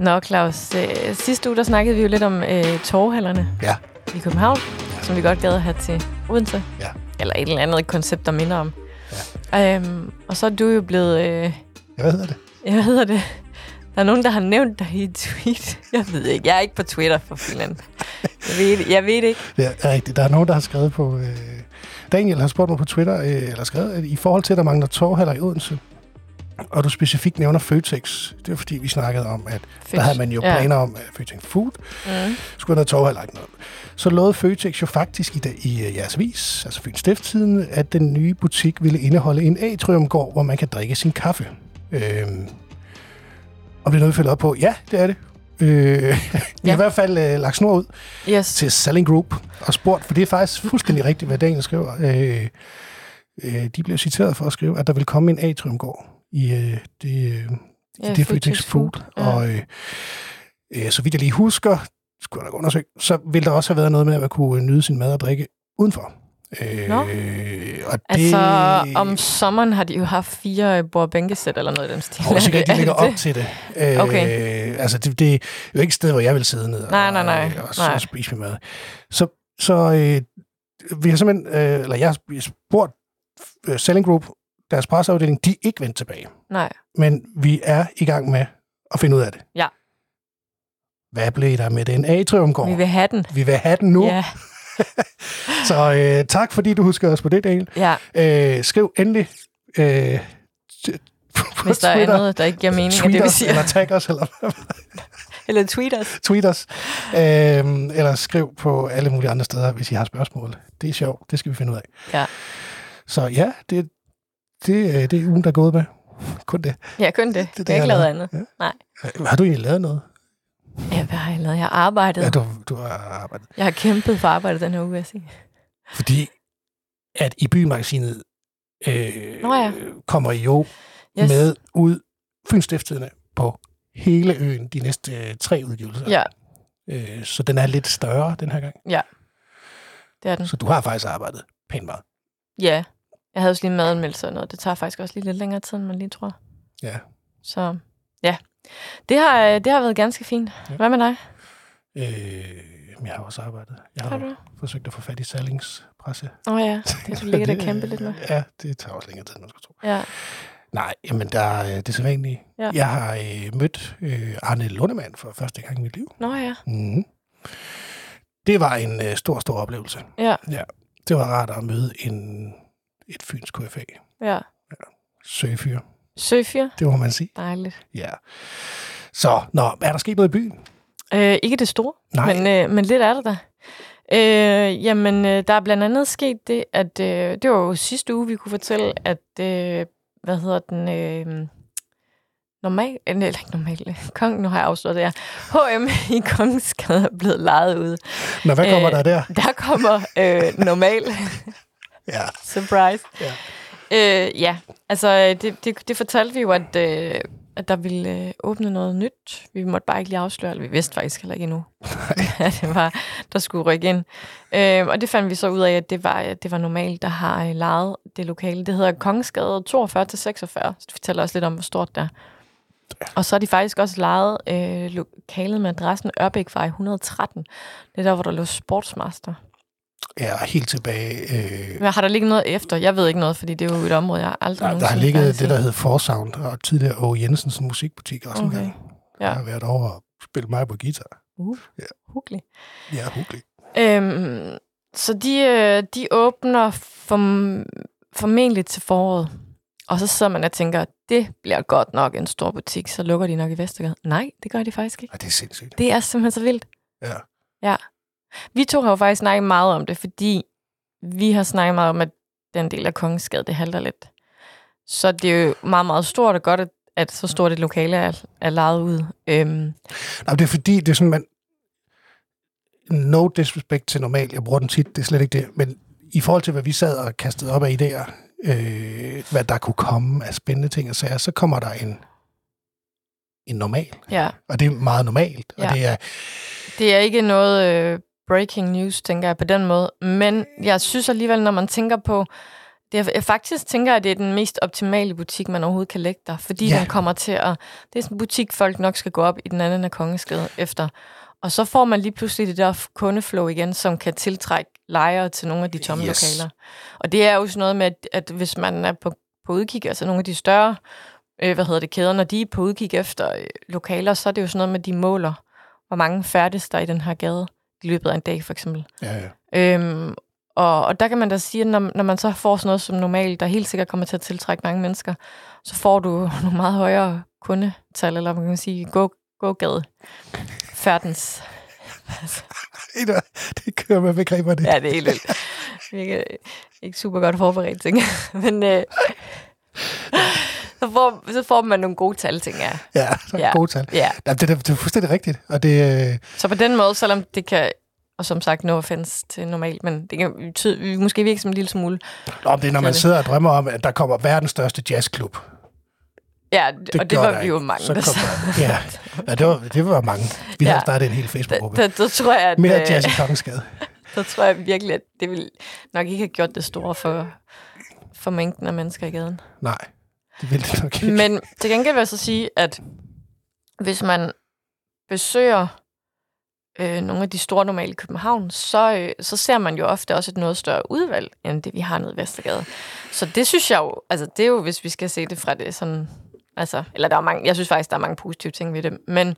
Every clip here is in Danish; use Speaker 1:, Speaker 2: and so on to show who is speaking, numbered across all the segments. Speaker 1: Nå, Claus, øh, sidste uge der snakkede vi jo lidt om øh, torvhallerne
Speaker 2: Ja,
Speaker 1: i København, som vi godt gad at have til Odense.
Speaker 2: Ja.
Speaker 1: Eller et eller andet koncept, der minder om. Ja. Øhm, og så er du jo blevet... Øh,
Speaker 2: hvad hedder det?
Speaker 1: ja, hvad hedder det? Der er nogen, der har nævnt dig i et tweet. Jeg ved ikke. Jeg er ikke på Twitter for filan. Jeg ved, jeg ved det ikke.
Speaker 2: Det er rigtigt. Der er nogen, der har skrevet på... Øh, Daniel har spurgt mig på Twitter, øh, eller skrevet, at i forhold til, at der mangler torvhaller i Odense, og du specifikt nævner Føtex, det er fordi, vi snakkede om, at Føtex. der havde man jo
Speaker 1: Ja.
Speaker 2: planer om, at Føtex Food
Speaker 1: Mm.
Speaker 2: skulle have noget torvhaller. ikke noget. Så lovede Føtex jo faktisk i, dag, i øh, jeres vis, altså Fyns Stifttiden, at den nye butik ville indeholde en atriumgård, hvor man kan drikke sin kaffe. Øhm, og det er noget, vi følger op på. Ja, det er det. Øh, ja. Vi har i hvert fald øh, lagt snor ud
Speaker 1: Yes.
Speaker 2: til Selling Group og spurgt, for det er faktisk fuldstændig rigtigt, hvad Daniel skriver. Øh, øh, de blev citeret for at skrive, at der vil komme en atriumgård i øh, det, øh, ja, det Føtex Food.
Speaker 1: Ja.
Speaker 2: Og øh, øh, så vidt jeg lige husker, skulle jeg nok undersøge, så ville der også have været noget med, at man kunne øh, nyde sin mad og drikke udenfor. Øh,
Speaker 1: Nå.
Speaker 2: og
Speaker 1: Altså, om sommeren har de jo haft fire øh, bordbænkesæt eller noget i den stil.
Speaker 2: Jeg tror også ikke,
Speaker 1: Er
Speaker 2: at de
Speaker 1: det-
Speaker 2: lægger
Speaker 1: er det
Speaker 2: op til det. Øh,
Speaker 1: Okay.
Speaker 2: Altså, det, det er jo ikke et sted, hvor jeg vil sidde ned og, øh,
Speaker 1: Nej, nej, nej,
Speaker 2: og, og,
Speaker 1: nej.
Speaker 2: og spise min mad. Så, så øh, vi har simpelthen, øh, eller jeg har spurgt øh, Selling Group, deres presseafdeling, de er ikke vendt tilbage.
Speaker 1: Nej.
Speaker 2: Men vi er i gang med at finde ud af det.
Speaker 1: Ja.
Speaker 2: Hvad blev der med den atriumgård?
Speaker 1: Vi vil have den.
Speaker 2: vi vil have den nu.
Speaker 1: Ja,
Speaker 2: Så øh, tak, fordi du husker os på det, Daniel.
Speaker 1: ja.
Speaker 2: Øh, skriv endelig øh, t- på
Speaker 1: Hvis der er
Speaker 2: Twitter.
Speaker 1: andet, der ikke giver mening af
Speaker 2: tweet
Speaker 1: det, vi
Speaker 2: os, eller
Speaker 1: siger.
Speaker 2: tag os, eller
Speaker 1: Eller tweet os.
Speaker 2: tweet os, øhm, eller skriv på alle mulige andre steder, hvis I har spørgsmål. Det er sjovt, det skal vi finde ud af.
Speaker 1: Ja.
Speaker 2: Så ja, det, det, øh, det er ugen, der er gået med. Kun det.
Speaker 1: Ja, kun det. det,
Speaker 2: det,
Speaker 1: det jeg har ikke
Speaker 2: jeg
Speaker 1: lavet
Speaker 2: lavede.
Speaker 1: andet.
Speaker 2: Ja.
Speaker 1: Nej.
Speaker 2: Øh, Har du egentlig lavet noget?
Speaker 1: Ja, hvad har jeg lavet? Jeg har arbejdet.
Speaker 2: Ja, du, du har arbejdet.
Speaker 1: Jeg har kæmpet for arbejdet den her uge, vil jeg sige.
Speaker 2: Fordi at i bymagasinet øh,
Speaker 1: Nå ja.
Speaker 2: kommer I jo yes.
Speaker 1: Yes.
Speaker 2: med ud Fynsstifterne på hele øen de næste øh, tre udgivelser.
Speaker 1: Ja,
Speaker 2: Øh, så den er lidt større den her gang.
Speaker 1: det er den.
Speaker 2: Så du har faktisk arbejdet pænt meget.
Speaker 1: Ja. Jeg havde også lige madanmeldelse og noget. Det tager faktisk også lige lidt længere tid, end man lige tror.
Speaker 2: Ja.
Speaker 1: Så ja, det har, øh, det har været ganske fint.
Speaker 2: Ja.
Speaker 1: Hvad med dig?
Speaker 2: Øh, jamen, jeg har også arbejdet. Jeg har,
Speaker 1: Har
Speaker 2: har
Speaker 1: du?
Speaker 2: forsøgt at få fat i Sallings presse.
Speaker 1: Åh oh, ja, det er du ligger der kæmpe lidt med.
Speaker 2: Ja, det tager også længere tid, end man skulle tro.
Speaker 1: Ja,
Speaker 2: Nej, jamen der er øh, det er sædvanlige.
Speaker 1: Ja.
Speaker 2: Ja. Jeg har øh, mødt øh, Arne Lundemann for første gang i mit liv.
Speaker 1: nå ja.
Speaker 2: Mm-hmm. Det var en øh, stor, stor oplevelse.
Speaker 1: Ja,
Speaker 2: Det var rart at møde en, et fyns KFA.
Speaker 1: ja.
Speaker 2: Søfyr,
Speaker 1: Søfjer,
Speaker 2: det må man sige.
Speaker 1: dejligt.
Speaker 2: Ja. Så, nå, er der sket noget i byen?
Speaker 1: Øh, ikke det store,
Speaker 2: Nej.
Speaker 1: Men, øh, men lidt er det der. Øh, jamen, øh, der er blandt andet sket det, at øh, det var jo sidste uge, vi kunne fortælle, at, øh, hvad hedder den, øh, normal, eh, nej, ikke normal, kong, nu har jeg afsløret det her, H&M i Kongensgade er blevet lejet ud.
Speaker 2: Nå, hvad kommer
Speaker 1: Øh,
Speaker 2: øh, der der?
Speaker 1: Der kommer øh, normal,
Speaker 2: Ja.
Speaker 1: surprise.
Speaker 2: Ja.
Speaker 1: Øh, ja, altså øh, det, det, det fortalte vi jo, at, øh, at der ville øh, åbne noget nyt. Vi måtte bare ikke lige afsløre, eller vi vidste faktisk heller ikke endnu, at det var, der skulle rykke ind. Øh, og det fandt vi så ud af, at det var, at det var normalt, der har øh, lejet det lokale. Det hedder Kongsgade 42-46, så det fortæller også lidt om, hvor stort det er. Og så har de faktisk også lejet øh, lokalet med adressen Ørbækvej 113. Det er der, hvor der lå Sportsmaster.
Speaker 2: Jeg er helt tilbage øh,
Speaker 1: Men har der ligget noget efter? Jeg ved ikke noget, fordi det er jo et område, jeg aldrig
Speaker 2: Der, der har
Speaker 1: nogensinde
Speaker 2: ligget
Speaker 1: faktisk
Speaker 2: det,
Speaker 1: set.
Speaker 2: der hed Forsound, og tidligere Åge Jensens musikbutik også okay.
Speaker 1: Okay.
Speaker 2: engang.
Speaker 1: Ja.
Speaker 2: Ja. Jeg har været over og spillet mig på guitar.
Speaker 1: Uh,
Speaker 2: Ja.
Speaker 1: hyggeligt.
Speaker 2: Jeg er hyggelig.
Speaker 1: Øhm, så de, øh, de åbner form, formentlig til foråret. Og så sidder man og tænker, det bliver godt nok en stor butik, så lukker de nok i Vestergade. Nej, det gør de faktisk ikke.
Speaker 2: Ej, det er sindssygt.
Speaker 1: Det er simpelthen så vildt.
Speaker 2: Ja.
Speaker 1: Vi to har jo faktisk snakket meget om det, fordi vi har snakket meget om, at den del af Kongensgade, det halter lidt. Så det er jo meget, meget stort og godt, at, at så stort et lokale er, er lejet ud. Øhm,
Speaker 2: Nå, men det er fordi, det er sådan, man... No disrespect til normal, jeg bruger den tit, det er slet ikke det. Men i forhold til, hvad vi sad og kastede op af idéer, øh, hvad der kunne komme af spændende ting og sager, så kommer der en, en normal.
Speaker 1: ja.
Speaker 2: Og det er meget normalt. Ja.
Speaker 1: Ja.
Speaker 2: Og det er,
Speaker 1: Det er ikke noget øh, breaking news, tænker jeg på den måde. Men jeg synes alligevel, når man tænker på Det er, jeg faktisk tænker, at det er den mest optimale butik, man overhovedet kan lægge der, fordi
Speaker 2: Ja.
Speaker 1: ja. den kommer til at... Det er sådan en butik, folk nok skal gå op i den anden af Kongeskade efter. Og så får man lige pludselig det der kundeflow igen, som kan tiltrække lejere til nogle af de tomme
Speaker 2: Yes.
Speaker 1: yes. lokaler. Og det er jo sådan noget med, at, at hvis man er på, på udkig, altså nogle af de større øh, hvad hedder det, kæder, når de er på udkig efter øh, lokaler, så er det jo sådan noget med, at de måler, hvor mange færdes der er i den her gade i løbet af en dag, for eksempel.
Speaker 2: Ja, ja.
Speaker 1: Øhm, og, og der kan man da sige, at når, når man så får sådan noget som normalt, der helt sikkert kommer til at tiltrække mange mennesker, så får du nogle meget højere kundetal, eller man kan sige, gå, gågade. Færdens.
Speaker 2: Ved du hvad? Det kører med begreber, det.
Speaker 1: Ja, det er helt vildt. Ikke, øh, ikke super godt forberedt, tænker jeg. Men øh, så, får, så får man nogle gode tal, tænker jeg.
Speaker 2: Ja, så ja.
Speaker 1: Ja.
Speaker 2: gode tal.
Speaker 1: Ja.
Speaker 2: Jamen, det, er, det er fuldstændig rigtigt. Og det, øh,
Speaker 1: Så på den måde, selvom det kan, og som sagt, no offense til normalt, men det kan betyde, måske virke som en lille smule.
Speaker 2: nå, men det er, når
Speaker 1: Det er
Speaker 2: man
Speaker 1: det.
Speaker 2: sidder og drømmer om, at der kommer verdens største jazzklub.
Speaker 1: Ja, det og det
Speaker 2: gør
Speaker 1: var
Speaker 2: der
Speaker 1: vi jo
Speaker 2: ikke.
Speaker 1: mange,
Speaker 2: Så
Speaker 1: der
Speaker 2: kom der, ja. ja, det var, det var mange. Vi
Speaker 1: Ja.
Speaker 2: ja. havde startet en hel Facebook-gruppe.
Speaker 1: der, der tror jeg, at,
Speaker 2: Mere
Speaker 1: øh,
Speaker 2: jazz i Kongensgade.
Speaker 1: der tror jeg virkelig, at det vil nok ikke have gjort det store for, for mængden af mennesker i gaden.
Speaker 2: Nej, det ville det nok ikke.
Speaker 1: Men til gengæld vil jeg så sige, at hvis man besøger øh, nogle af de store normale i København, så, øh, så ser man jo ofte også et noget større udvalg, end det vi har nede i Vestergade. Så det synes jeg jo, altså det er jo, hvis vi skal se det fra det sådan, altså, eller der er mange, jeg synes faktisk, der er mange positive ting ved det, men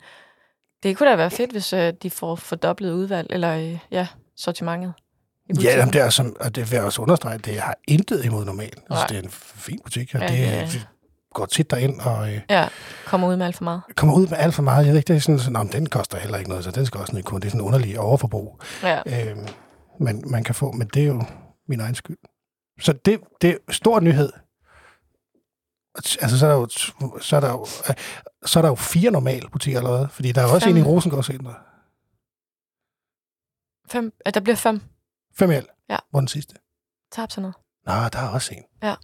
Speaker 1: det kunne da være fedt, hvis øh, de får fordoblet udvalg, eller øh, ja, sortimentet. i
Speaker 2: Ja,
Speaker 1: butikken.
Speaker 2: jamen, det er som, og det vil jeg også understrege, det har intet imod normalt. Altså,
Speaker 1: Nej.
Speaker 2: det er en fin butik, og
Speaker 1: Ja,
Speaker 2: det,
Speaker 1: ja, ja.
Speaker 2: det går tit derind og øh,
Speaker 1: Ja, kommer ud med alt for meget.
Speaker 2: kommer ud med alt for meget. Jeg ved ikke, det er sådan, sådan om den koster heller ikke noget, så den skal også ned i kunden. Det er sådan en underlig overforbrug,
Speaker 1: Ja.
Speaker 2: øh, man, man kan få, men det er jo min egen skyld. Så det, det er stor nyhed. Altså, så er der jo, så er der jo, øh, så er der jo fire normale butikker allerede, fordi der er jo også en i
Speaker 1: Fem.
Speaker 2: Rosengård Center.
Speaker 1: Fem, at der bliver fem.
Speaker 2: Fem i alt.
Speaker 1: Ja.
Speaker 2: Hvor er den sidste?
Speaker 1: Tab sådan noget.
Speaker 2: Nå, der er også en.
Speaker 1: Tab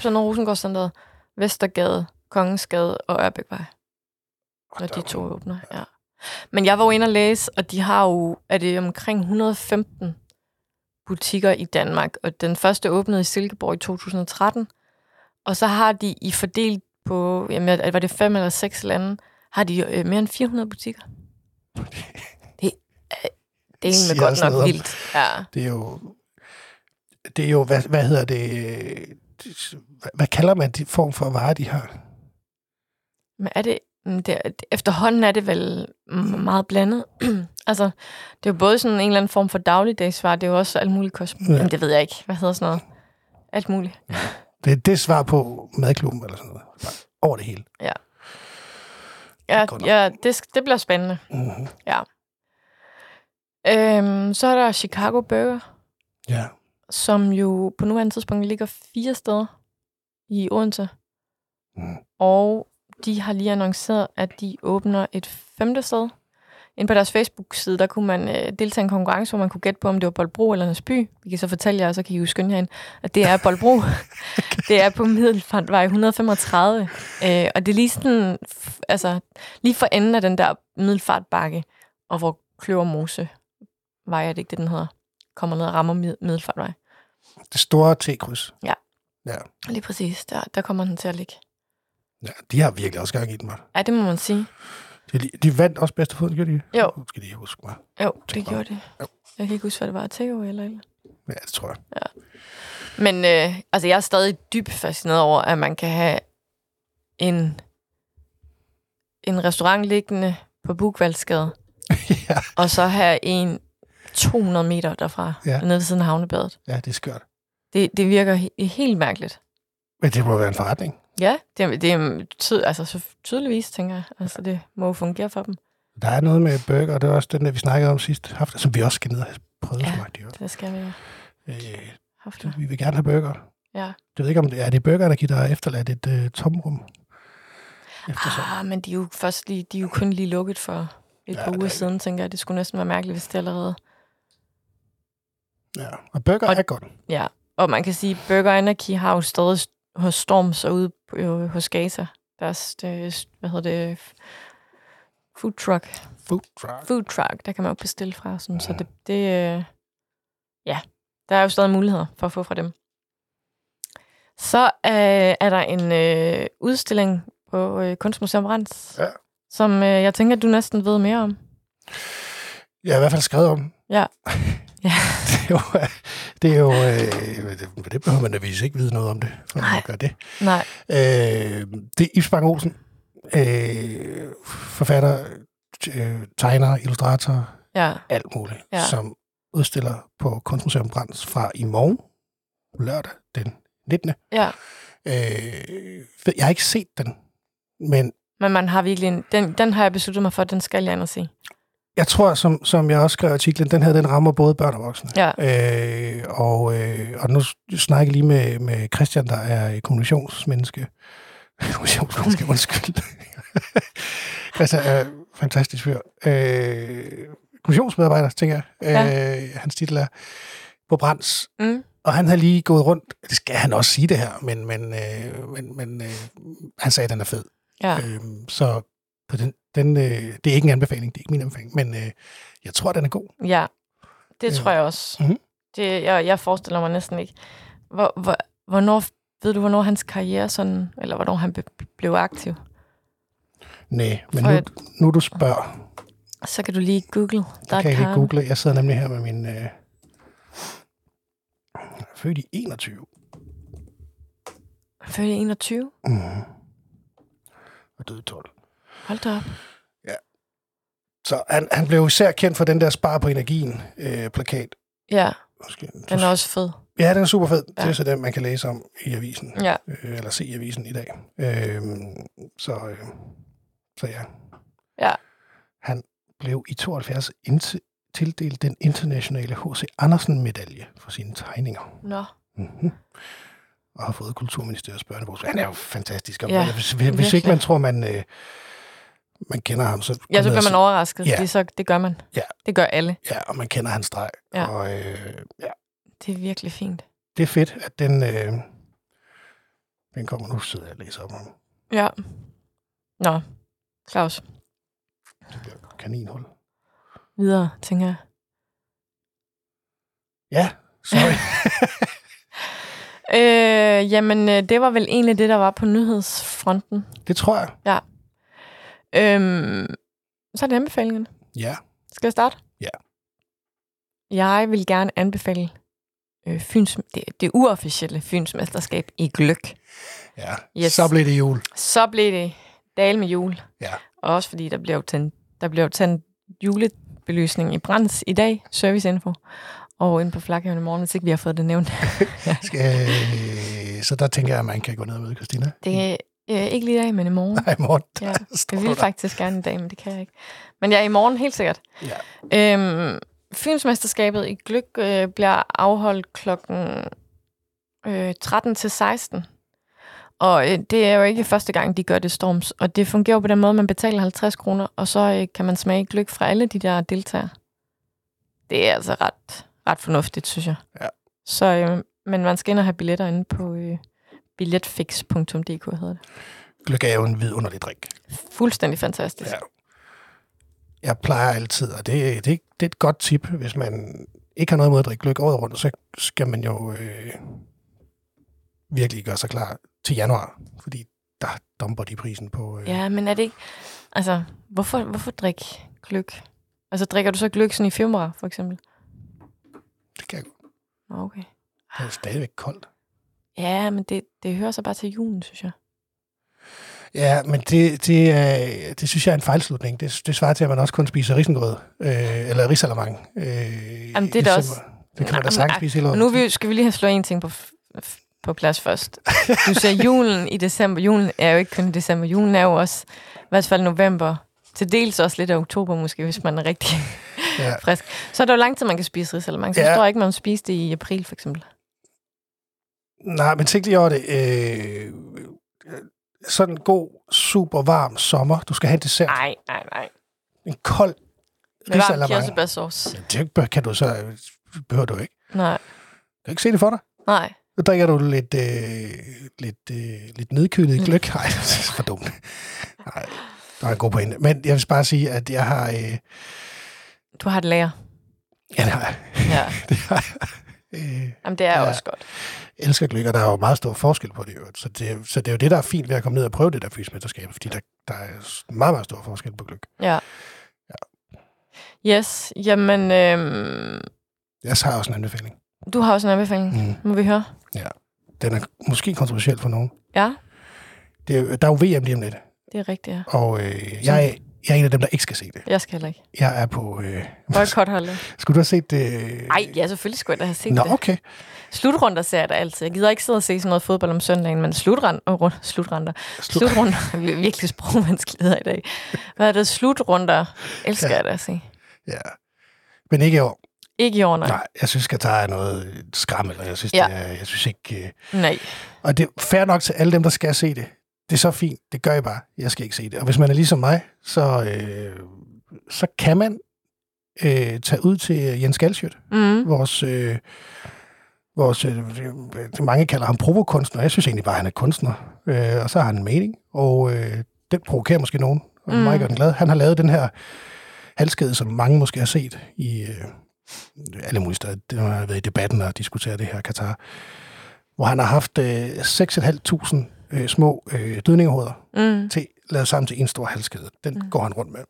Speaker 1: sådan noget Rosengårdscenteret, Vestergade, Kongensgade og Ørbækvej, når de to åbner. Ja. Men jeg var jo inde og læse, og de har jo, er det omkring 115 butikker i Danmark, og den første åbnede i Silkeborg i 2013, og så har de i fordelt på, jamen, var det fem eller seks lande, har de øh, mere end 400 butikker. Det er, det er
Speaker 2: Siger
Speaker 1: egentlig godt
Speaker 2: sådan noget
Speaker 1: nok
Speaker 2: om-
Speaker 1: vildt. Ja.
Speaker 2: Det er jo, det er jo hvad, hvad hedder det, øh, det- hvad- hvad kalder man de form for varer, de har?
Speaker 1: Men er det, mm, det er, efterhånden er det vel mm, meget blandet. altså, det er jo både sådan en eller anden form for dagligdagsvarer, det er jo også alt muligt kost.
Speaker 2: Ja.
Speaker 1: Ja. Jamen, det ved jeg ikke. Hvad hedder sådan noget? Alt muligt.
Speaker 2: Det er det svar på madklubben eller sådan noget. Bare Over det hele.
Speaker 1: Ja,
Speaker 2: godt nok.
Speaker 1: ja det, sk- det bliver spændende.
Speaker 2: Mm-hmm.
Speaker 1: Øhm, så er der Chicago Burger,
Speaker 2: Ja.
Speaker 1: som jo på nuværende tidspunkt ligger fire steder i Odense.
Speaker 2: Mm.
Speaker 1: Og de har lige annonceret, at de åbner et femte sted. Inde på deres Facebook-side, der kunne man øh, deltage i en konkurrence, hvor man kunne gætte på, om det var Bolbro eller Næsby. Vi kan så fortælle jer, og så kan I jo skynde herinde, at det er Bolbro. det er på Middelfartvej 135. Øh, og det er lige sådan, f- altså, lige for enden af den der Middelfartbakke, og hvor Kløvermose, vej er det ikke det, den hedder, kommer ned og rammer Mid- Middelfartvej.
Speaker 2: Det store T-kryds.
Speaker 1: Lige præcis, der, der kommer den til at ligge.
Speaker 2: Ja, de har virkelig også gang i den, mand.
Speaker 1: Ja, det må man sige.
Speaker 2: De, de vandt også bedste fod, gjorde de? ikke?
Speaker 1: Jo.
Speaker 2: Nu Skal de huske mig.
Speaker 1: Jo, det
Speaker 2: Tænker
Speaker 1: gjorde det. Jeg kan ikke huske, hvad det var. Theo eller eller.
Speaker 2: Ja, det tror jeg.
Speaker 1: Men øh, altså, jeg er stadig dybt fascineret over, at man kan have en, en restaurant liggende på Bugvaldsgade,
Speaker 2: ja,
Speaker 1: og så have en 200 meter derfra,
Speaker 2: Ja.
Speaker 1: ja. nede ved siden af havnebadet.
Speaker 2: ja, det er skørt.
Speaker 1: Det, det virker he- helt mærkeligt.
Speaker 2: Men det må være en forretning.
Speaker 1: Ja, det, det er tyd, altså, så tydeligvis, tænker jeg. Altså, det må jo fungere for dem.
Speaker 2: Der er noget med burger, og det er også den, der vi snakkede om sidste aften, som vi også skal ned og have prøvet ja.
Speaker 1: Ja.
Speaker 2: smagt. Det,
Speaker 1: Det skal vi have
Speaker 2: øh,
Speaker 1: haft.
Speaker 2: Vi vil gerne have burger.
Speaker 1: Ja.
Speaker 2: Jeg ved ikke, om det er det burgernerne, der har efterladt et øh, tomrum. Efter
Speaker 1: Ah, men de er jo først lige, de er jo kun lige lukket for et
Speaker 2: Ja,
Speaker 1: ja, par
Speaker 2: det er
Speaker 1: uger
Speaker 2: ikke-
Speaker 1: siden, tænker jeg. Det skulle næsten være mærkeligt, hvis det allerede...
Speaker 2: ja. Og burger
Speaker 1: Og-
Speaker 2: er godt.
Speaker 1: Ja, og man kan sige, Burger Anarchy har jo stadig st- hos Storms og ude på- øh, hos Gaza. Deres, øh, s- hvad hedder det, f- food truck.
Speaker 2: Food truck.
Speaker 1: Food truck, der kan man jo bestille fra. Sådan, Så det, det øh, ja, der er jo stadig muligheder for at få fra dem. Så øh, er der en øh, udstilling på øh, Kunstmuseum Rens,
Speaker 2: Ja.
Speaker 1: som øh, jeg tænker, du næsten ved mere om.
Speaker 2: Jeg har i hvert fald skrevet om den.
Speaker 1: Ja. Ja.
Speaker 2: det er jo... Det, er jo øh, det, det behøver man da vist ikke vide noget om det, for
Speaker 1: Nej.
Speaker 2: man gør det.
Speaker 1: Nej,
Speaker 2: Øh, det er Ibs Bang Olsen. Øh, forfatter, t- øh, tegner, illustrator,
Speaker 1: ja,
Speaker 2: alt muligt,
Speaker 1: Ja.
Speaker 2: ja. som udstiller på Kunstmuseum Brands fra i morgen, lørdag den 19.
Speaker 1: ja.
Speaker 2: Øh, jeg har ikke set den, men
Speaker 1: Men man har virkelig en, den, den har jeg besluttet mig for, at den skal jeg ind og se.
Speaker 2: jeg tror, som, som jeg også skrev i artiklen, den her den rammer både børn og voksne.
Speaker 1: Ja.
Speaker 2: Øh, og, øh, og nu snakker jeg lige med, med Christian, der er kommunikationsmenneske. Kommunikationsmenneske, undskyld. Christian er en fantastisk fyr. Øh, kommunikationsmedarbejder, tænker jeg. Øh, Hans titel er på Brands.
Speaker 1: Mm.
Speaker 2: Og han har lige gået rundt, det skal han også sige det her, men, men, øh, men, men øh, han sagde, at den er fed.
Speaker 1: Ja.
Speaker 2: Øhm, så på den, den, øh, det er ikke en anbefaling, det er ikke min anbefaling, men øh, jeg tror, den er god.
Speaker 1: Ja, det
Speaker 2: Ja.
Speaker 1: tror jeg også.
Speaker 2: Mhm.
Speaker 1: Det, jeg, jeg forestiller mig næsten ikke. Hvor, hvor, hvornår, ved du, hvornår hans karriere sådan, eller hvornår han be, blev aktiv?
Speaker 2: Nej, men
Speaker 1: For
Speaker 2: nu,
Speaker 1: at-
Speaker 2: nu du spørger,
Speaker 1: Så kan du lige google.
Speaker 2: så kan jeg lige google. Jeg sidder nemlig her med min... Øh, født i 21.
Speaker 1: Født i 21.
Speaker 2: Mm. Og døde i 12.
Speaker 1: Hold da op.
Speaker 2: Så han, han blev især kendt for den der spar på energien øh, plakat.
Speaker 1: Ja,
Speaker 2: Måske,
Speaker 1: den er også fed.
Speaker 2: Ja, den er super fed. Ja.
Speaker 1: Ja.
Speaker 2: Det er så den, man kan læse om i avisen.
Speaker 1: Ja.
Speaker 2: øh, eller se i avisen i dag. Øh, så, øh, så ja.
Speaker 1: Ja.
Speaker 2: Han blev i 72 int- tildelt den internationale H.C. Andersen-medalje for sine tegninger.
Speaker 1: Nå.
Speaker 2: Mm-hmm. Og har fået Kulturministeriets børnebog. Han er jo fantastisk. Og
Speaker 1: Ja,
Speaker 2: ja, hvis, hvis, hvis
Speaker 1: virkelig.
Speaker 2: ikke man tror, man, øh, man kender ham, så...
Speaker 1: Ja, så bliver man overrasket,
Speaker 2: Ja.
Speaker 1: fordi så, det gør man.
Speaker 2: Ja.
Speaker 1: Det gør alle.
Speaker 2: Ja, og man kender hans streg.
Speaker 1: Ja.
Speaker 2: Ja. Og øh, ja,
Speaker 1: Det er virkelig fint.
Speaker 2: det er fedt, at den... Øh, den kommer nu, sidder jeg og læser om ham.
Speaker 1: Ja. Nå, Claus,
Speaker 2: Det bliver et kaninhul.
Speaker 1: videre, tænker jeg.
Speaker 2: Ja, sorry.
Speaker 1: Øh, jamen, øh, det var vel egentlig det, der var på nyhedsfronten.
Speaker 2: det tror jeg.
Speaker 1: Øhm, så er det anbefalingen.
Speaker 2: Ja.
Speaker 1: Skal jeg starte?
Speaker 2: Ja.
Speaker 1: Jeg vil gerne anbefale øh, Fyns, det, det uofficielle Fynsmesterskab i Gløk.
Speaker 2: Ja,
Speaker 1: Yes.
Speaker 2: yes. så blev det jul.
Speaker 1: Så blev det dal med jul.
Speaker 2: Ja.
Speaker 1: Og også fordi der blev tændt, der blev tændt julebelysning i Brands i dag, serviceinfo, og inde på Flakhaven i morgen, hvis ikke vi har fået det nævnt.
Speaker 2: Skal, øh, så der tænker jeg, at man kan gå ned og møde Christina.
Speaker 1: Det er øh, ikke lige i dag, men i morgen.
Speaker 2: Nej, morgen.
Speaker 1: Ja,
Speaker 2: står
Speaker 1: Jeg
Speaker 2: du
Speaker 1: ville
Speaker 2: der.
Speaker 1: faktisk gerne i dag, men det kan jeg ikke. Men ja, i morgen helt sikkert.
Speaker 2: Ja.
Speaker 1: Øhm, Fynsmesterskabet i Gløk øh, bliver afholdt klokken øh, 13 til 16. Og øh, det er jo ikke første gang, de gør det storms. Og det fungerer jo på den måde, at man betaler 50 kroner, og så øh, kan man smage gløk fra alle de der deltagere. Det er altså ret, ret fornuftigt, synes jeg.
Speaker 2: Ja.
Speaker 1: Så, øh, men man skal ind og have billetter inde på øh, billetfix.dk hedder det.
Speaker 2: Gløk er jo en vidunderlig drink.
Speaker 1: Fuldstændig fantastisk.
Speaker 2: Ja. Jeg plejer altid, og det, det, det er et godt tip, hvis man ikke har noget mod at drikke gløk året rundt, så skal man jo øh, virkelig gøre sig klar til januar, fordi der dumper de prisen på... Øh,
Speaker 1: Ja, men er det ikke... Altså, hvorfor, hvorfor drik gløk? Altså, drikker du så gløk sådan i februar, for eksempel?
Speaker 2: Det kan jeg godt.
Speaker 1: Nå, okay.
Speaker 2: Det er stadigvæk koldt.
Speaker 1: Ja, men det, det hører så bare til julen, synes jeg.
Speaker 2: Ja, men det, det, øh, det synes jeg er en fejlslutning. Det, det svarer til, at man også kun spiser risengrød, øh, eller risalamang. Øh, Jamen,
Speaker 1: det er da også-
Speaker 2: Det kan man
Speaker 1: Nej,
Speaker 2: da sagtens
Speaker 1: men,
Speaker 2: spise hele
Speaker 1: Og
Speaker 2: året.
Speaker 1: nu er vi, skal vi lige have slået en ting på, f- f- på plads først. Du siger julen i december. Julen er jo ikke kun i december. Julen er jo også, i hvert fald november. Til dels også lidt af oktober måske, hvis man er rigtig
Speaker 2: Ja.
Speaker 1: frisk. Så er der jo lang tid, man kan spise risalemang. Så
Speaker 2: Ja.
Speaker 1: ja. står ikke, man spiser det i april, for eksempel.
Speaker 2: Nej, men tænk lige over det. Øh, sådan en god, super varm sommer. Du skal have en dessert. Ej.
Speaker 1: Nej, nej, nej.
Speaker 2: En kold
Speaker 1: Med varm
Speaker 2: risalamang.
Speaker 1: kirsebærsauce.
Speaker 2: Det bør- kan du så... Behøver du ikke.
Speaker 1: Nej,
Speaker 2: Du kan ikke se det for dig.
Speaker 1: nej.
Speaker 2: Så drikker du lidt, øh, lidt, øh, lidt nedkølet gløk. Nej, det er for dumt. Nej, der er en god pointe. Men jeg vil bare sige, at jeg har... Øh,
Speaker 1: Du har et lager.
Speaker 2: ja, nej,
Speaker 1: Ja.
Speaker 2: det har jeg. Øh,
Speaker 1: Jamen, det er
Speaker 2: Ja.
Speaker 1: ja. også godt.
Speaker 2: elsker gløk, og der er jo meget stor forskel på det. i øvrigt. Så det, så det er jo det, der er fint ved at komme ned og prøve det der fysmesterskab, fordi der, der er s- meget, meget stor forskel på gløk.
Speaker 1: Ja. Yes, jamen, øhm,
Speaker 2: Jeg har også en anbefaling.
Speaker 1: du har også en anbefaling.
Speaker 2: Mm.
Speaker 1: Må vi høre?
Speaker 2: Den er måske kontroversiel for nogen.
Speaker 1: Ja,
Speaker 2: Det er, jo- der er jo VM lige om lidt,
Speaker 1: det er rigtigt, ja.
Speaker 2: og øh, jeg, er- jeg er en af dem, der ikke skal se det.
Speaker 1: Jeg skal heller ikke.
Speaker 2: Jeg er på... Øh,
Speaker 1: Boykot holdet.
Speaker 2: skulle du have set det?
Speaker 1: Ej, ja, selvfølgelig skulle jeg da have set
Speaker 2: Nå,
Speaker 1: det.
Speaker 2: okay.
Speaker 1: Slutrunder ser jeg da altid. Jeg gider ikke sidde og se sådan noget fodbold om søndagen, men slutrund, oh, rund, slutrunder.
Speaker 2: Slut.
Speaker 1: Slutrunder er virkelig sprogvanskeligheder i dag. Hvad er det? Slutrunder elsker
Speaker 2: Ja.
Speaker 1: ja. jeg da at se.
Speaker 2: Ja. Men ikke i år.
Speaker 1: Ikke i år, nej.
Speaker 2: Nej, jeg synes, Katar er noget øh, skram, eller jeg synes, ja.
Speaker 1: Ja.
Speaker 2: det er, jeg synes ikke... Øh,
Speaker 1: Nej.
Speaker 2: og det er fair nok til alle dem, der skal se det. Det er så fint. Det gør I bare. Jeg skal ikke se det. Og hvis man er ligesom mig, så, øh, så kan man øh, tage ud til Jens Galschødt,
Speaker 1: Mm.
Speaker 2: vores... Øh, Vores, øh, mange kalder ham provokunstner. Jeg synes egentlig bare, at han er kunstner. Øh, og så har han en mening, og øh, den provokerer måske nogen. Og mm.
Speaker 1: Mm.
Speaker 2: mig gør den glad. Han har lavet den her halskede, som mange måske har set i øh, alle mulige steder. Det har været i debatten og diskuteret det her Katar. Hvor han har haft øh, 6.500 øh, små øh, dødningehoveder
Speaker 1: Mm.
Speaker 2: til, lavet sammen til en stor halskede. Den mm. går han rundt med.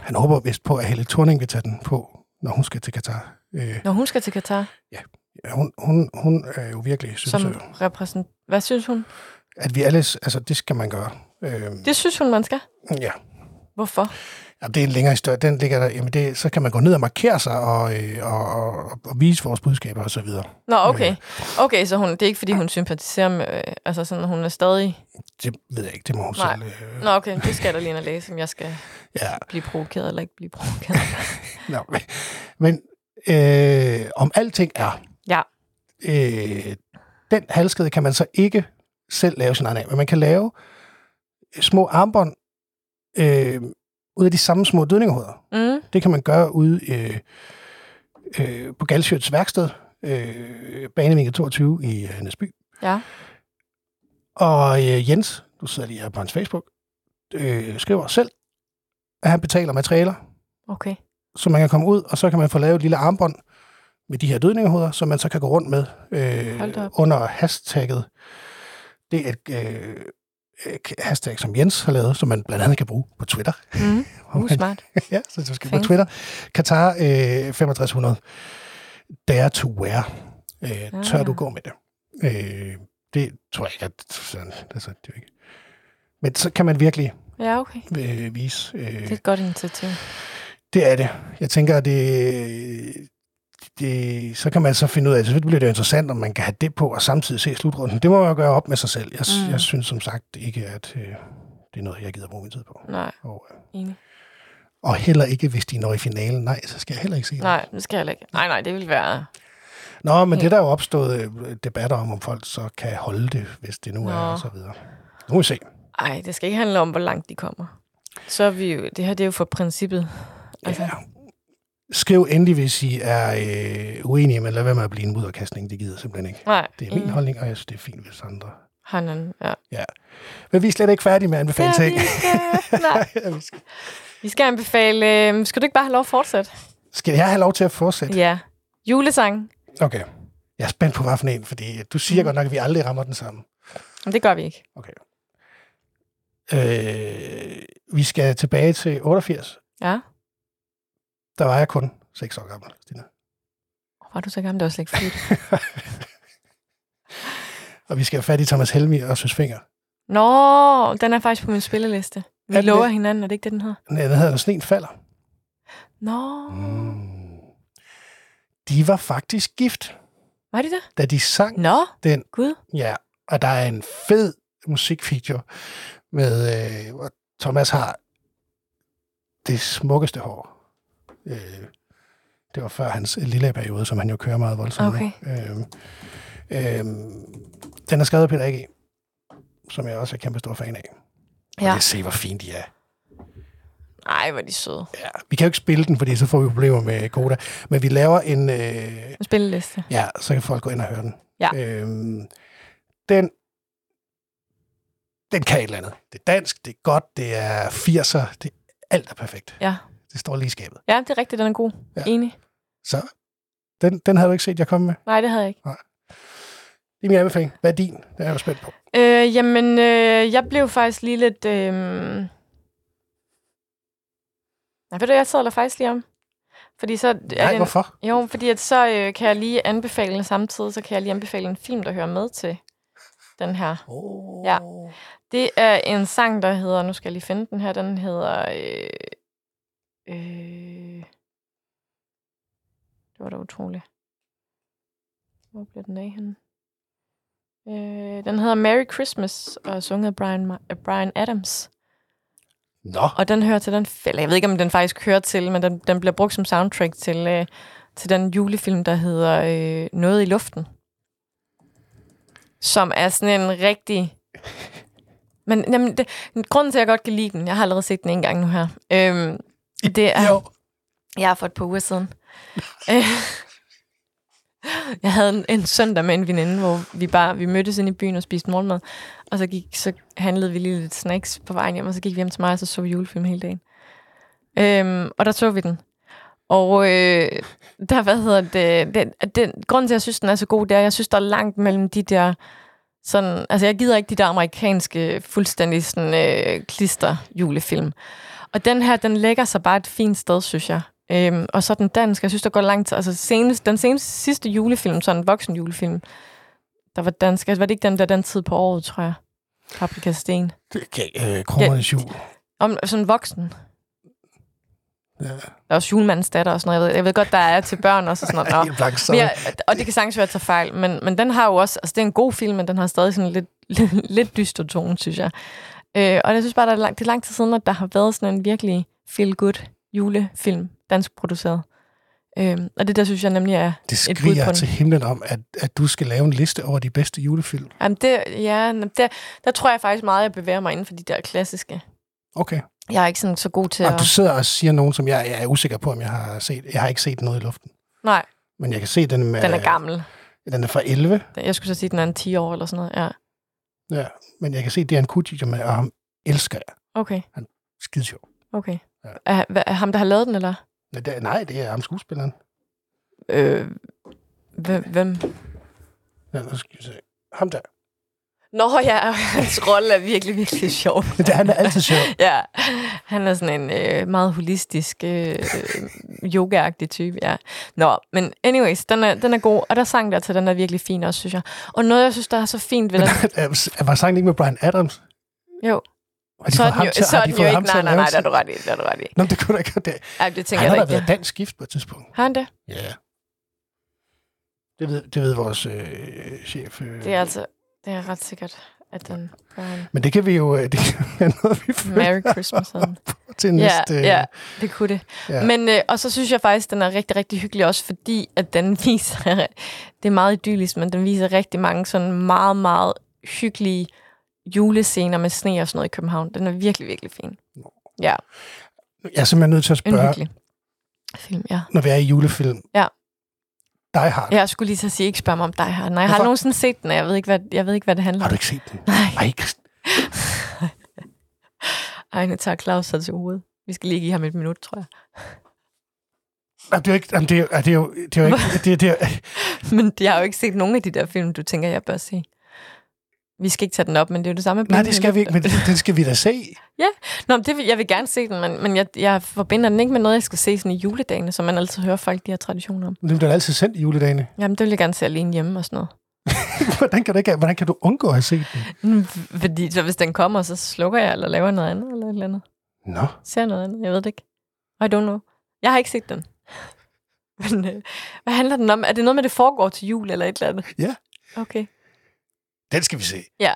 Speaker 2: Han håber vist på, at Helle Thorning vil tage den på, når hun skal til Katar. Øh,
Speaker 1: Når hun skal til Katar,
Speaker 2: Ja, hun, hun, hun er jo virkelig, synes
Speaker 1: som
Speaker 2: jeg,
Speaker 1: repræsent... Hvad synes hun?
Speaker 2: at vi alle, altså det skal man gøre. Øhm,
Speaker 1: Det synes hun, man skal.
Speaker 2: ja.
Speaker 1: Hvorfor?
Speaker 2: ja, det er en længere historie. Den ligger der, jamen det, så kan man gå ned og markere sig og, øh, og, og, og, og vise vores budskaber og så videre.
Speaker 1: Nå, okay. Okay, så hun, det er ikke, fordi hun sympatiserer med... Øh, altså sådan, hun er stadig...
Speaker 2: Det ved jeg ikke, det må hun
Speaker 1: Nej.
Speaker 2: selv. Øh,
Speaker 1: Nå, okay, det skal jeg da lige ind og læse, om jeg skal
Speaker 2: ja,
Speaker 1: blive provokeret eller ikke blive provokeret.
Speaker 2: no. Men øh, om alting er,
Speaker 1: Ja.
Speaker 2: øh, den halskede kan man så ikke selv lave sin egen af, men man kan lave små armbånd øh, ud af de samme små dødningehoveder.
Speaker 1: Mm.
Speaker 2: Det kan man gøre ude øh, øh, på Galsjøts værksted, øh, Banevinget 22 i øh, Næsby.
Speaker 1: Ja.
Speaker 2: Og øh, Jens, du sidder lige her på hans Facebook, øh, skriver selv, at han betaler materialer,
Speaker 1: Okay.
Speaker 2: så man kan komme ud, og så kan man få lavet et lille armbånd med de her dødningehoveder, som man så kan gå rundt med
Speaker 1: Hold da
Speaker 2: øh,
Speaker 1: op.
Speaker 2: under hashtagget. Det er et øh, øh, hashtag, som Jens har lavet, som man blandt andet kan bruge på Twitter.
Speaker 1: Mm. Uh,
Speaker 2: Hvor man-
Speaker 1: smart.
Speaker 2: ja, så du skal på
Speaker 1: Fancy.
Speaker 2: Twitter. Qatar øh, 6500. Dare to wear. Øh, tør
Speaker 1: Ah.
Speaker 2: du gå med det? Øh, det tror jeg ikke, at sådan, altså, det er jo ikke. Men så kan man virkelig
Speaker 1: Ja, okay.
Speaker 2: øh, vise.
Speaker 1: Det
Speaker 2: Øh,
Speaker 1: er et godt initiativ.
Speaker 2: det er det. Jeg tænker, at det, det, så kan man så finde ud af, så bliver det jo interessant, om man kan have det på, og samtidig se slutrunden. Det må man jo gøre op med sig selv. Jeg, mm.
Speaker 1: Mm.
Speaker 2: jeg synes som sagt ikke, at øh, det er noget, jeg gider bruge min tid på.
Speaker 1: Nej,
Speaker 2: Og, øh,
Speaker 1: enig.
Speaker 2: og heller ikke, hvis de når i finalen. Nej, så skal jeg heller ikke se det.
Speaker 1: Nej, det skal jeg heller ikke. Nej, nej, det vil være...
Speaker 2: Nå, men
Speaker 1: Ja.
Speaker 2: det der er jo opstået øh, debatter om, om folk så kan holde det, hvis det nu Nå. er,
Speaker 1: Nå.
Speaker 2: og så videre. Nu må vi se.
Speaker 1: Ej, det skal ikke handle om, hvor langt de kommer. Så er vi jo... Det her, det er jo for princippet. Altså,
Speaker 2: Ja. Skriv endelig, hvis I er øh, uenige, men lad være med at blive en mudderkastning. Det gider jeg simpelthen ikke.
Speaker 1: nej.
Speaker 2: Det er min
Speaker 1: enig.
Speaker 2: holdning, og jeg synes, det er fint, hvis andre...
Speaker 1: Han er... Ja.
Speaker 2: Men vi er slet ikke færdige med at anbefale
Speaker 1: Ja,
Speaker 2: ting.
Speaker 1: vi skal... Nej, vi skal anbefale... øhm, Skal du ikke bare have lov at fortsætte?
Speaker 2: Skal jeg have lov til at fortsætte?
Speaker 1: Ja. Julesang.
Speaker 2: Okay. Jeg er spændt på, hvad for en, fordi du
Speaker 1: Mm.
Speaker 2: siger godt nok, at vi aldrig rammer den samme.
Speaker 1: Men det gør vi ikke.
Speaker 2: Okay. Øh, vi skal tilbage til 88.
Speaker 1: Ja.
Speaker 2: Der var jeg kun 6 år gammel, Stina.
Speaker 1: Var du så gammel? Det var slet ikke fedt.
Speaker 2: Og vi skal have fat i Thomas Helmi og Søs Finger.
Speaker 1: Nå, den er faktisk på min spilleliste. Vi
Speaker 2: Er den
Speaker 1: lover
Speaker 2: det?
Speaker 1: hinanden, er det ikke det, den hedder?
Speaker 2: Nej, den hedder Sneen falder.
Speaker 1: Nå, Mm.
Speaker 2: De var faktisk gift,
Speaker 1: var det det?
Speaker 2: da de sang.
Speaker 1: Nå,
Speaker 2: Den.
Speaker 1: Gud.
Speaker 2: Ja, og der er en fed musikvideo, med, øh, hvor Thomas har det smukkeste hår. Øh, det var før hans lille periode, som han jo kører meget voldsomt. nu. Øhm, øhm, den er skrevet af Peter A.G., som jeg også er kæmpe stor fan af. Og
Speaker 1: Ja.
Speaker 2: jeg se, hvor fint de er.
Speaker 1: Ej, hvor er de søde.
Speaker 2: Ja, vi kan jo ikke spille den, fordi så får vi problemer med Koda. Men vi laver en... Øh,
Speaker 1: En spilleliste.
Speaker 2: ja, så kan folk gå ind og høre den.
Speaker 1: Ja.
Speaker 2: Øhm, den, den kan et eller andet. Det er dansk, det er godt, det er 80'er, det, alt er perfekt.
Speaker 1: Ja.
Speaker 2: Det står lige i skabet.
Speaker 1: Ja, det er rigtigt, den er god.
Speaker 2: Ja.
Speaker 1: Ja. Enig.
Speaker 2: Så Den, den havde du ikke set, jeg kom med.
Speaker 1: Nej, det havde jeg ikke.
Speaker 2: Det er min anbefaling. Hvad er din? Det er jeg spændt på.
Speaker 1: Øh, jamen, øh, jeg blev faktisk lige lidt... Øh... Nej, ved du, jeg sad der faktisk lige om. Fordi så er
Speaker 2: Nej,
Speaker 1: det en-
Speaker 2: hvorfor?
Speaker 1: Jo, fordi at så øh, kan jeg lige anbefale samtidig, så kan jeg lige anbefale en film, der hører med til den her.
Speaker 2: Oh.
Speaker 1: Ja. Det er en sang, der hedder, nu skal jeg lige finde den her, den hedder... Øh, øh, det var da utroligt. Hvor blev den af henne? Øh, den hedder Merry Christmas, og er sunget af Brian, Ma- af Brian Adams.
Speaker 2: Nå,
Speaker 1: Og den hører til den film, jeg ved ikke, om den faktisk hører til, men den, den bliver brugt som soundtrack til, øh, til den julefilm, der hedder øh, Noget i luften. Som er sådan en rigtig... Men jamen, det, grunden til, at jeg godt kan lide den, jeg har allerede set den en gang nu her, øhm, det er...
Speaker 2: jo.
Speaker 1: Ja, for et par uger siden. Øh, jeg havde en, en søndag med en veninde, hvor vi bare vi mødtes inde i byen og spiste morgenmad. Og så, gik, så handlede vi lige lidt snacks på vejen hjem, og så gik vi hjem til mig, og så så vi julefilm hele dagen. Øhm, og der så vi den. Og øh, der, hvad hedder det, den, den, grunden til, at jeg synes, den er så god, det er, at jeg synes, der er langt mellem de der sådan, altså jeg gider ikke de der amerikanske fuldstændig sådan øh, klister julefilm. Og den her, den lægger sig bare et fint sted, synes jeg. Øhm, og så den danske, jeg synes, der går langt. Altså senest, den seneste sidste julefilm, sådan en voksen julefilm, der var dansk. Altså, var det ikke den der den tid på året, tror jeg? Paprika Sten.
Speaker 2: Det er galt. Øh, Krummernes jul.
Speaker 1: Om sådan voksen.
Speaker 2: Ja.
Speaker 1: Der er også julemandens datter og sådan noget. Jeg ved, jeg ved godt, der er til børn også og sådan noget. Nå.
Speaker 2: Helt blank, så.
Speaker 1: Men jeg, og det kan sagtens være, at jeg tager fejl, men, men den har jo også, altså det er en god film, men den har stadig sådan lidt, lidt dyster tone, synes jeg. Øh, og jeg synes bare, der er lang, det er lang tid siden, at der har været sådan en virkelig feel-good julefilm, dansk produceret. Øh, og det der, synes jeg nemlig er...
Speaker 2: Det
Speaker 1: bud
Speaker 2: skriger
Speaker 1: på den.
Speaker 2: til himlen om, at, at du skal lave en liste over de bedste julefilm.
Speaker 1: Jamen det, ja, der, der tror jeg faktisk meget, at jeg bevæger mig inden for de der klassiske.
Speaker 2: Okay.
Speaker 1: Jeg er ikke sådan så god til
Speaker 2: Ja. Og
Speaker 1: at...
Speaker 2: du sidder og siger nogen, som jeg, jeg er usikker på, om jeg har set. Jeg har ikke set noget i luften.
Speaker 1: Nej,
Speaker 2: Men jeg kan se den med...
Speaker 1: den er gammel.
Speaker 2: Den er fra 11,
Speaker 1: Jeg skulle så sige, at den er en 10 år eller sådan noget. Ja,
Speaker 2: men jeg kan se, det er en kutik med, og ham elsker jeg.
Speaker 1: okay,
Speaker 2: Skide sjov.
Speaker 1: okay.
Speaker 2: Ja.
Speaker 1: Er, hvad- er ham, der har lavet den, eller?
Speaker 2: Nej, det er, nej, det er ham skuespilleren.
Speaker 1: Øh, hvem, hvem?
Speaker 2: Ja, nu skal vi se. Ham der.
Speaker 1: Nå ja, hans rolle er virkelig, virkelig sjov.
Speaker 2: Men det, han er altid sjov.
Speaker 1: Ja, han er sådan en øh, meget holistisk, øh, yogaagtig type, ja. Nå, men anyways, den er, den er god, og der sang der til, den er virkelig fin også, synes jeg. Og noget, jeg synes, der er så fint ved den,
Speaker 2: Jeg øh, var sangen ikke med Brian Adams?
Speaker 1: Jo.
Speaker 2: Har de
Speaker 1: så
Speaker 2: fået
Speaker 1: er den
Speaker 2: ham
Speaker 1: jo,
Speaker 2: til-
Speaker 1: så
Speaker 2: har
Speaker 1: er
Speaker 2: de
Speaker 1: den jo
Speaker 2: fået
Speaker 1: ikke,
Speaker 2: ham til
Speaker 1: nej,
Speaker 2: at
Speaker 1: nej,
Speaker 2: lave
Speaker 1: nej, det er
Speaker 2: sådan-
Speaker 1: du ret i, det er du ret i.
Speaker 2: Nå, men det kunne da ikke det.
Speaker 1: Ej, det tænker
Speaker 2: Han
Speaker 1: jeg
Speaker 2: har da
Speaker 1: da ikke.
Speaker 2: været dansk gift på et tidspunkt.
Speaker 1: Har han det?
Speaker 2: Ja. Det ved, det ved vores øh, chef. Øh.
Speaker 1: Det er altså, det er ret sikkert, at den var en
Speaker 2: Men det kan vi jo øh, det kan være noget, vi følger
Speaker 1: Merry Christmas. og den.
Speaker 2: til
Speaker 1: Ja,
Speaker 2: næste...
Speaker 1: ja, det kunne det.
Speaker 2: ja.
Speaker 1: Men, øh, og så synes jeg faktisk, den er rigtig, rigtig hyggelig også, fordi at den viser, det er meget idyllisk, men den viser rigtig mange sådan meget, meget hyggelige julescener med sne og sådan noget i København. Den er virkelig, virkelig fin.
Speaker 2: Jeg er simpelthen nødt til at
Speaker 1: En
Speaker 2: spørge,
Speaker 1: hyggelig film, ja.
Speaker 2: når vi er i julefilm.
Speaker 1: Ja.
Speaker 2: Die Hard.
Speaker 1: Jeg skulle lige så sige, ikke spørg mig om dig her. Nej, jeg har
Speaker 2: Hvorfor?
Speaker 1: nogensinde set den, og jeg ved ikke, hvad, jeg ved ikke, hvad det handler
Speaker 2: Har
Speaker 1: om.
Speaker 2: du ikke set den?
Speaker 1: Nej.
Speaker 2: Ej, Christ-
Speaker 1: Ej, nu tager Claus sig til hovedet. Vi skal lige give ham et minut, tror jeg.
Speaker 2: Jamen, det er jo ikke... Jamen, det er, jo- det er jo, det er jo ikke... Det er, det er,
Speaker 1: Men jeg har jo ikke set nogen af de der film, du tænker, jeg bør se. Vi skal ikke tage den op, men det er jo det samme. med
Speaker 2: nej,
Speaker 1: Blinkende
Speaker 2: det skal vi ikke, men
Speaker 1: Lygter.
Speaker 2: den skal vi da se.
Speaker 1: Nå, men det vil, jeg vil gerne se den, men, men jeg, jeg forbinder den ikke med noget, jeg skal se sådan i juledagene, som man altid hører folk, de har traditioner om.
Speaker 2: Den bliver altid sendt i juledagene.
Speaker 1: Jamen, det vil jeg gerne se alene hjemme og sådan noget.
Speaker 2: hvordan, kan du ikke, hvordan kan du undgå at have set den?
Speaker 1: Mm, Fordi så hvis den kommer, så slukker jeg, eller laver noget andet, eller et eller andet.
Speaker 2: Nå.
Speaker 1: Ser noget andet, jeg ved det ikke. I don't know. Jeg har ikke set den. Men øh, hvad handler den om? Er det noget med, det foregår til jul, eller et eller andet?
Speaker 2: Ja.
Speaker 1: Okay.
Speaker 2: Den skal vi se.
Speaker 1: Ja.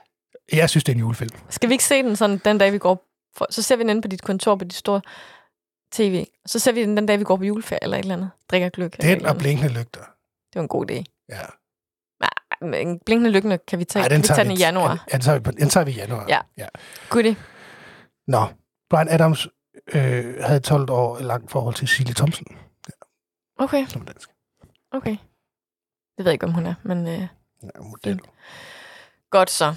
Speaker 2: Jeg synes, det er en julefilm.
Speaker 1: Skal vi ikke se den sådan den dag, vi går... For, så ser vi den inde på dit kontor på dit store tv. Så ser vi den den dag, vi går på juleferie eller et eller andet. Drikker gløk. eller et
Speaker 2: Den
Speaker 1: eller
Speaker 2: og
Speaker 1: andet.
Speaker 2: blinkende lygter.
Speaker 1: Det var en god idé.
Speaker 2: Ja.
Speaker 1: Men øh, blinkende lykken kan vi tage,
Speaker 2: Ej,
Speaker 1: Ej, kan vi tage den i
Speaker 2: ikke-
Speaker 1: januar.
Speaker 2: Ja, den tager vi, på- den tager vi i januar.
Speaker 1: Ja. Goodie.
Speaker 2: Nå, Brian Adams øh, havde 12 år langt forhold til Silje Thomsen,
Speaker 1: Okay,
Speaker 2: som er dansk.
Speaker 1: okay. Det ved jeg ikke, om hun er, men øh,
Speaker 2: Ja, model.
Speaker 1: godt så.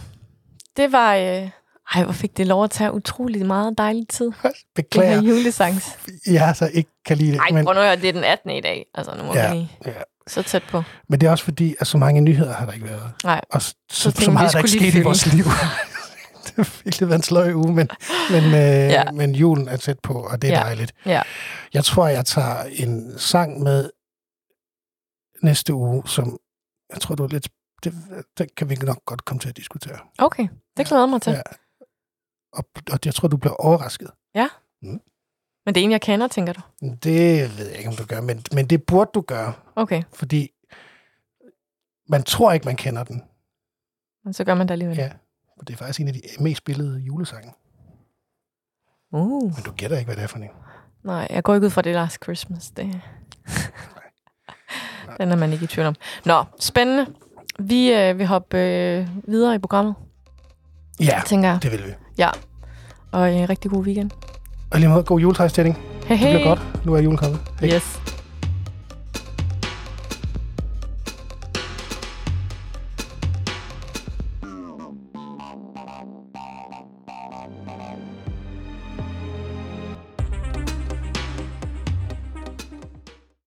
Speaker 1: Det var... Øh, ej, hvor fik det lov at tage utrolig meget dejlig tid. Det her
Speaker 2: Beklager,
Speaker 1: julesangs.
Speaker 2: jeg så ikke kan lide det.
Speaker 1: Ej,
Speaker 2: men,
Speaker 1: prøv nu at høre, det er den 18. i dag. Altså, nu må
Speaker 2: Ja.
Speaker 1: vi lige...
Speaker 2: ja,
Speaker 1: Så tæt på.
Speaker 2: Men det er også fordi, at så mange nyheder har der ikke været.
Speaker 1: Nej.
Speaker 2: Og så, så,
Speaker 1: tænkte
Speaker 2: så
Speaker 1: vi,
Speaker 2: meget er der ikke
Speaker 1: skulle lige
Speaker 2: sket i
Speaker 1: fylde.
Speaker 2: vores liv. det har virkelig været en sløj uge, men, men, øh, ja.
Speaker 1: Ja.
Speaker 2: men julen er tæt på, og det er
Speaker 1: Ja.
Speaker 2: ja. dejligt.
Speaker 1: Ja.
Speaker 2: Jeg tror, jeg tager en sang med næste uge, som jeg tror, du er lidt... Det, den kan vi nok godt komme til at diskutere.
Speaker 1: Okay, det glæder jeg mig til.
Speaker 2: Ja. Og, og jeg tror, du bliver overrasket.
Speaker 1: Men det er en, jeg kender, tænker du?
Speaker 2: Det ved jeg ikke, om du gør, men, men det burde du gøre,
Speaker 1: Okay,
Speaker 2: fordi man tror ikke, man kender den.
Speaker 1: men så gør man det alligevel.
Speaker 2: Ja. Og det er faktisk en af de mest spillede julesange.
Speaker 1: Uh,
Speaker 2: Men du gætter ikke, hvad det er for en.
Speaker 1: nej, jeg går ikke ud fra det er Last Christmas. Det... Den er man ikke i tvivl om. Nå, spændende. Vi øh, vil hoppe øh, videre i programmet,
Speaker 2: Ja,
Speaker 1: tænker jeg.
Speaker 2: det vil vi.
Speaker 1: Og en øh, rigtig god weekend.
Speaker 2: Og lige måde, god juletræstilling. Det
Speaker 1: Hey, hey.
Speaker 2: bliver godt. Nu er julen kommet. Hej.
Speaker 1: Yes.